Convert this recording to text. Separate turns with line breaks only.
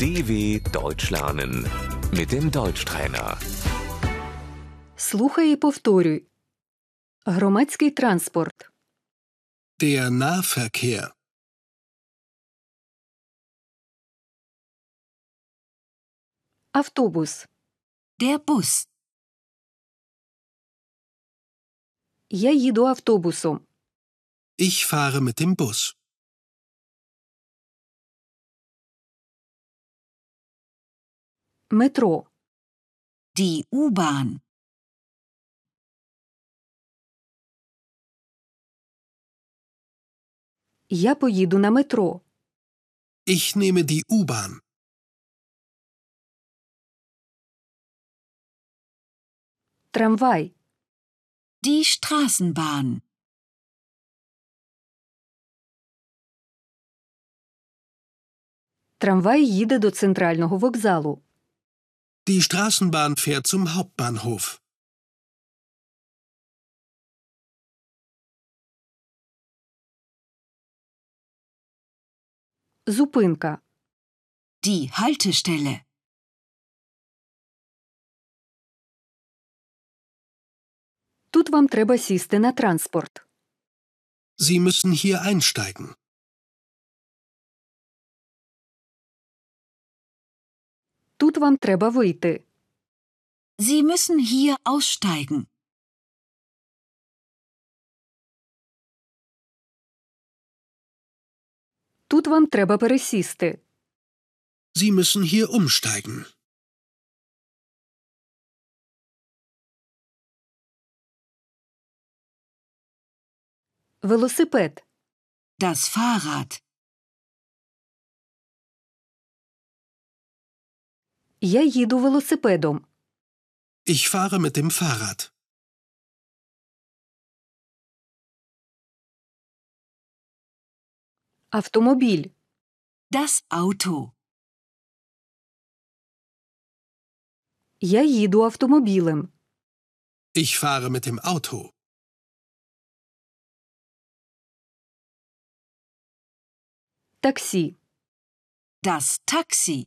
DW Deutsch lernen mit dem Deutschtrainer.
Слухай і повторюй. Громадський транспорт.
Der Nahverkehr.
Автобус.
Der Bus.
Я їду автобусом.
Ich fahre mit dem Bus.
Метро.
Die U-Bahn.
Я поїду на метро.
Ich nehme die U-Bahn.
Трамвай.
Die Straßenbahn.
Трамвай їде до центрального вокзалу.
Die Straßenbahn fährt zum Hauptbahnhof.
Зупинка.
Die Haltestelle.
Тут вам треба сісти на транспорт.
Sie müssen hier einsteigen.
Тут вам треба вийти.
Sie müssen hier aussteigen.
Тут вам треба пересісти.
Sie müssen hier umsteigen.
Велосипед.
Das Fahrrad.
Я їду велосипедом.
Ich fahre mit dem Fahrrad.
Автомобіль.
Das Auto.
Я їду автомобілем.
Ich fahre mit dem Auto.
Таксі.
Das Taxi.